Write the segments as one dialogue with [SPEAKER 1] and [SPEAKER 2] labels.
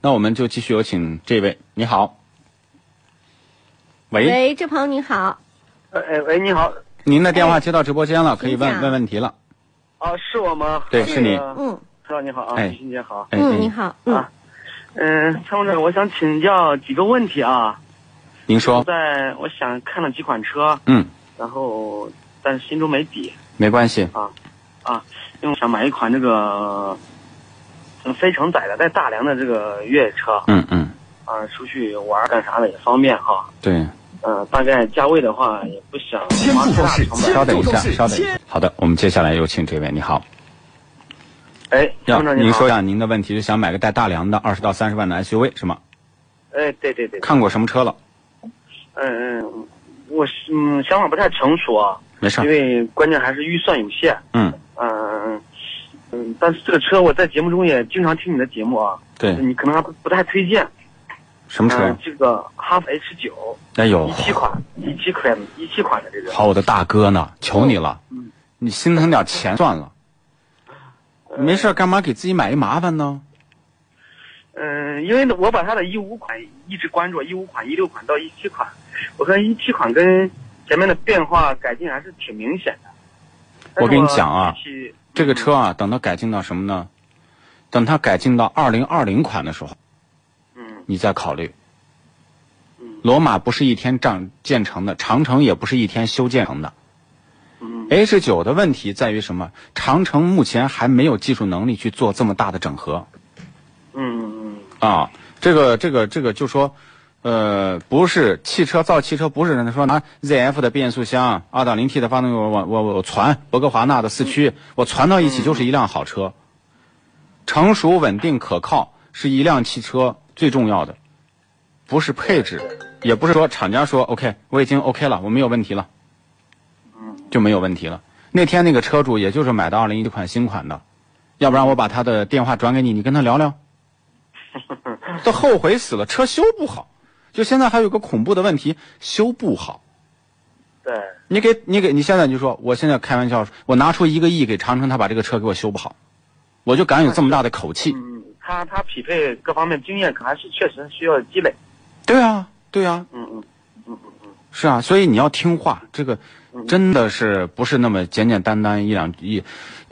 [SPEAKER 1] 那我们就继续有请这位，你好，喂，
[SPEAKER 2] 喂，志鹏你好，
[SPEAKER 3] 呃，哎喂，你好，
[SPEAKER 1] 您的电话接到直播间了，可以
[SPEAKER 2] 哎请
[SPEAKER 1] 问
[SPEAKER 2] 讲
[SPEAKER 1] 问问题了。
[SPEAKER 3] 啊，是我吗？
[SPEAKER 1] 对
[SPEAKER 3] 呃
[SPEAKER 1] 是你
[SPEAKER 2] 嗯
[SPEAKER 3] 是吧？你好啊，
[SPEAKER 1] 哎
[SPEAKER 3] 欣姐好。
[SPEAKER 1] 哎，
[SPEAKER 2] 嗯，你好，嗯
[SPEAKER 3] 啊嗯、参谋长，我想请教几个问题啊。
[SPEAKER 1] 您说，
[SPEAKER 3] 在我想看了几款车，
[SPEAKER 1] 嗯，
[SPEAKER 3] 然后但是心中没底
[SPEAKER 1] 没关系，
[SPEAKER 3] 啊，因为我想买一款这个嗯非承载的带大梁的这个越野车
[SPEAKER 1] 嗯嗯，
[SPEAKER 3] 啊，出去玩儿干啥的也方便哈。
[SPEAKER 1] 对，
[SPEAKER 3] 嗯、大概价位的话也不想
[SPEAKER 4] 先
[SPEAKER 3] 花
[SPEAKER 4] 不
[SPEAKER 3] 太
[SPEAKER 4] 重视
[SPEAKER 3] 大成
[SPEAKER 4] 先
[SPEAKER 3] 本。
[SPEAKER 1] 稍等一下，稍等一下。好的，我们接下来有请这位，你好，
[SPEAKER 3] 哎，参
[SPEAKER 1] 要
[SPEAKER 3] 谋长
[SPEAKER 1] 您
[SPEAKER 3] 你好
[SPEAKER 1] 说。一下您的问题，是想买个带大梁的二十到三十万的 SUV 是吗？
[SPEAKER 3] 哎，对对对，
[SPEAKER 1] 看过什么车了？
[SPEAKER 3] 嗯嗯，我是嗯想法不太成熟啊。
[SPEAKER 1] 没事
[SPEAKER 3] 因
[SPEAKER 1] 儿，
[SPEAKER 3] 为关键还是预算有限。
[SPEAKER 1] 嗯，
[SPEAKER 3] 嗯嗯，但是这个车我在节目中也经常听你的节目啊，
[SPEAKER 1] 对，
[SPEAKER 3] 你可能还不不太推荐。
[SPEAKER 1] 什么车
[SPEAKER 3] 嗯
[SPEAKER 1] 呀？
[SPEAKER 3] 这个哈弗 H 九
[SPEAKER 1] 哎呦
[SPEAKER 3] 一，七款，一七款，一七款的这个。
[SPEAKER 1] 好，我的大哥呢？求你了，
[SPEAKER 3] 嗯
[SPEAKER 1] 你心疼点钱算了，
[SPEAKER 3] 呃
[SPEAKER 1] 没事儿干嘛给自己买一麻烦呢？
[SPEAKER 3] 嗯，因为我把它的一五款一直关注，一五款、一六款到一七款，我看一七款跟前面的变化改进还是挺明显的。但是
[SPEAKER 1] 我跟你讲啊
[SPEAKER 3] 具体嗯
[SPEAKER 1] 这个车啊，等它改进到什么呢？等它改进到二零二零款的时候，
[SPEAKER 3] 嗯
[SPEAKER 1] 你再考虑。
[SPEAKER 3] 嗯
[SPEAKER 1] 罗马不是一天长建成的，长城也不是一天修建成的。
[SPEAKER 3] 嗯
[SPEAKER 1] H 九的问题在于什么？长城目前还没有技术能力去做这么大的整合
[SPEAKER 3] 嗯
[SPEAKER 1] 啊。这个这个这个就说，呃，不是汽车造汽车，不是说拿 ZF 的变速箱、二点零 T 的发动机，我我我我传博格华纳的四驱，我传到一起就是一辆好车。成熟、稳定、可靠是一辆汽车最重要的，不是配置，也不是说厂家说 OK 我已经 OK 了，我没有问题了。就没有问题了。那天那个车主也就是买的二零一款新款的，要不然我把他的电话转给你，你跟他聊聊。都后悔死了，车修不好，就现在还有个恐怖的问题，修不好。
[SPEAKER 3] 对，
[SPEAKER 1] 你给你给你现在你就说，我现在开玩笑，我拿出一个亿给长城，他把这个车给我修不好，我就敢有这么大的口气。
[SPEAKER 3] 嗯，它它匹配各方面经验可还是确实需要积累。
[SPEAKER 1] 对啊，对啊，
[SPEAKER 3] 嗯嗯。
[SPEAKER 1] 是啊，所以你要听话，这个
[SPEAKER 3] 嗯
[SPEAKER 1] 真的是不是那么简简单单一两一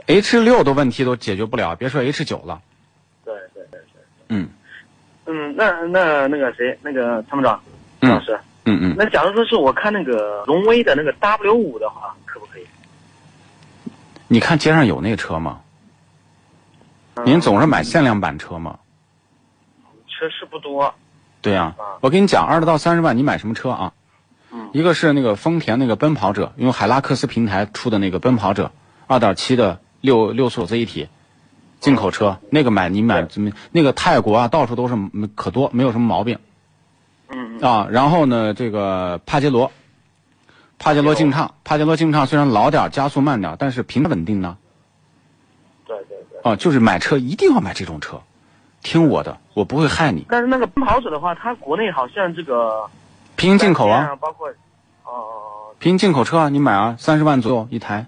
[SPEAKER 1] ，H 六的问题都解决不了，别说 H 九了。
[SPEAKER 3] 对对对对。
[SPEAKER 1] 嗯。
[SPEAKER 3] 嗯，那那那个谁，那个参谋长，
[SPEAKER 1] 嗯
[SPEAKER 3] 老师，
[SPEAKER 1] 嗯嗯。
[SPEAKER 3] 那假如说是我看那个荣威的那个 W 五的话，可不可以？
[SPEAKER 1] 你看街上有那车吗？
[SPEAKER 3] 嗯
[SPEAKER 1] 您总是买限量版车吗？
[SPEAKER 3] 车是不多，
[SPEAKER 1] 对呀、
[SPEAKER 3] 啊
[SPEAKER 1] 我跟你讲，二十到三十万，你买什么车啊？
[SPEAKER 3] 嗯
[SPEAKER 1] 一个是那个丰田那个奔跑者，用海拉克斯平台出的那个奔跑者，二点七的六六速自一体，进口
[SPEAKER 3] 哦
[SPEAKER 1] 车，那个买你买那个泰国啊，到处都是嗯可多，没有什么毛病
[SPEAKER 3] 嗯嗯
[SPEAKER 1] 啊。然后呢，这个帕杰罗，帕杰罗劲畅，帕杰罗劲畅虽然老点儿，加速慢点儿，但是平台稳定呢。
[SPEAKER 3] 对对对。
[SPEAKER 1] 啊，就是买车一定要买这种车，听我的，我不会害你。
[SPEAKER 3] 但是那个奔跑者的话，它国内好像这个
[SPEAKER 1] 平行进口
[SPEAKER 3] 软件
[SPEAKER 1] 啊，，
[SPEAKER 3] 包括哦哦，哦
[SPEAKER 1] 平行进口车啊，你买啊，三十万左右一台。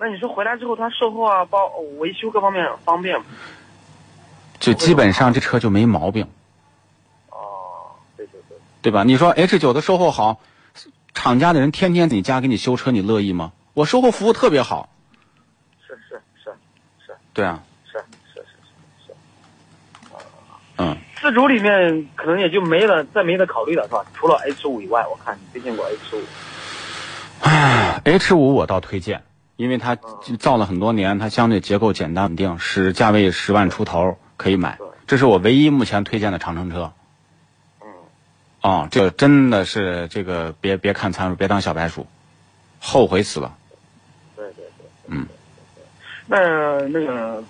[SPEAKER 3] 那你说回来之后，它售后啊，包维修各方面方便吗？
[SPEAKER 1] 就基本上这车就没毛病，
[SPEAKER 3] 哦，对对对，
[SPEAKER 1] 对吧？你说 H 九的售后好，厂家的人天天你家给你修车，你乐意吗？我售后服务特别好，
[SPEAKER 3] 是是是
[SPEAKER 1] 对啊，
[SPEAKER 3] 是是是是。
[SPEAKER 1] 嗯，
[SPEAKER 3] 自主里面可能也就没了，再没得考虑了，是吧？除了 H 五以外，我看你推荐过 H 五。
[SPEAKER 1] H 五我倒推荐，因为它
[SPEAKER 3] 嗯
[SPEAKER 1] 造了很多年，它相对结构简单稳定，是价位十万出头可以买
[SPEAKER 3] 对，
[SPEAKER 1] 这是我唯一目前推荐的长城车。
[SPEAKER 3] 嗯，
[SPEAKER 1] 哦，这个真的是这个别别看参数，别当小白鼠，后悔死了。
[SPEAKER 3] 对对对。
[SPEAKER 1] 嗯。
[SPEAKER 3] 那那个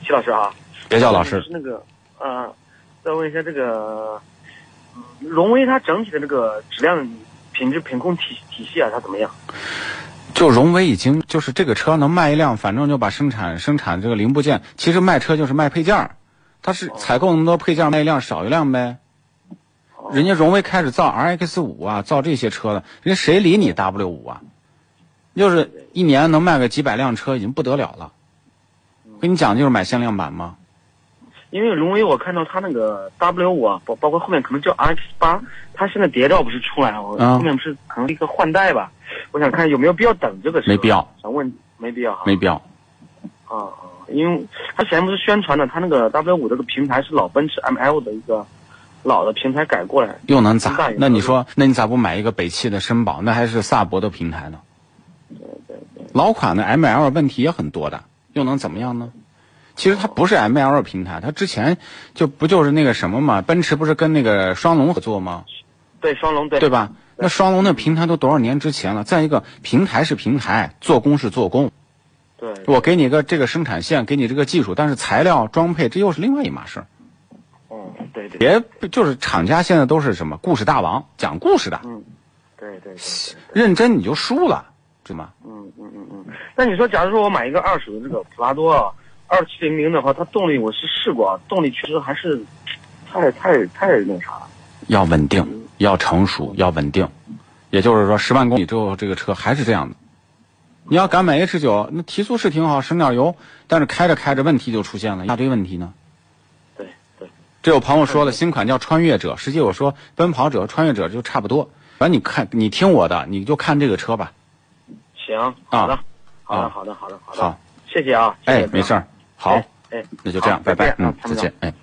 [SPEAKER 3] 齐齐老师啊，
[SPEAKER 1] 别叫老师
[SPEAKER 3] 就是，那个呃，再问一下这个嗯荣威它整体的这个质量、品质、品控体体系啊，它怎么样？
[SPEAKER 1] 就荣威已经就是这个车能卖一辆，反正就把生产生产这个零部件，其实卖车就是卖配件儿，它是采购那么多配件儿卖一辆少一辆呗。人家荣威开始造 RX 五啊，造这些车了，人家谁理你 W 五啊？就是一年能卖个几百辆车已经不得了了。跟你讲，就是买限量版嘛。
[SPEAKER 3] 因为荣威我看到它那个 W 啊，包包括后面可能叫 RX 八，它现在谍照不是出来了，我
[SPEAKER 1] 啊
[SPEAKER 3] 后面不是可能一个换代吧？我想看有没有必要等这个车。
[SPEAKER 1] 没必要。
[SPEAKER 3] 想问，没必要哈。
[SPEAKER 1] 没必要。
[SPEAKER 3] 啊啊，因为它之前不是宣传的，它那个 W 五这个平台是老奔驰 ML 的一个老的平台改过来。
[SPEAKER 1] 又能
[SPEAKER 3] 那
[SPEAKER 1] 咋
[SPEAKER 3] 也？
[SPEAKER 1] 那
[SPEAKER 3] 是
[SPEAKER 1] 你说，那你咋不买一个北汽的绅宝？那还是萨博的平台呢？老款的 ML 问题也很多的，又能怎么样呢？其实它不是 ML 平台，它之前就不就是那个什么嘛？奔驰不是跟那个双龙合作吗？
[SPEAKER 3] 对，双龙对。
[SPEAKER 1] 对吧？那双龙那平台都多少年之前了？再一个，平台是平台，做工是做工。
[SPEAKER 3] 对。
[SPEAKER 1] 我给你个这个生产线，给你这个技术，但是材料、装配这又是另外一码事儿。
[SPEAKER 3] 嗯，对对。
[SPEAKER 1] 别就是厂家现在都是什么故事大王，讲故事的，
[SPEAKER 3] 嗯，对对对对。
[SPEAKER 1] 认真你就输了，对吗？
[SPEAKER 3] 嗯嗯嗯嗯，那你说，假如说我买一个二手的这个普拉多啊，二七零零的话，它动力我是试过啊，动力确实还是太太太那啥了。
[SPEAKER 1] 要稳定，要成熟，要稳定。也就是说，十万公里之后，这个车还是这样的。你要敢买 H 九，那提速是挺好，省点油，但是开着开着问题就出现了，一大堆问题呢。
[SPEAKER 3] 对对，
[SPEAKER 1] 这有朋友说了，新款叫穿越者，实际我说奔跑者、穿越者就差不多。反正你看，你听我的，你就看这个车吧。
[SPEAKER 3] 行，好的，
[SPEAKER 1] 啊
[SPEAKER 3] 好
[SPEAKER 1] 啊
[SPEAKER 3] 的，好的，好的，好的，
[SPEAKER 1] 好，
[SPEAKER 3] 谢谢啊，谢谢
[SPEAKER 1] 哎，没事儿，好
[SPEAKER 3] 哎，哎，
[SPEAKER 1] 那就这样，
[SPEAKER 3] 好
[SPEAKER 1] 拜
[SPEAKER 3] 再
[SPEAKER 1] 拜
[SPEAKER 3] 见，啊
[SPEAKER 1] 嗯，
[SPEAKER 3] 参
[SPEAKER 1] 再
[SPEAKER 3] 谋长
[SPEAKER 1] 见，哎。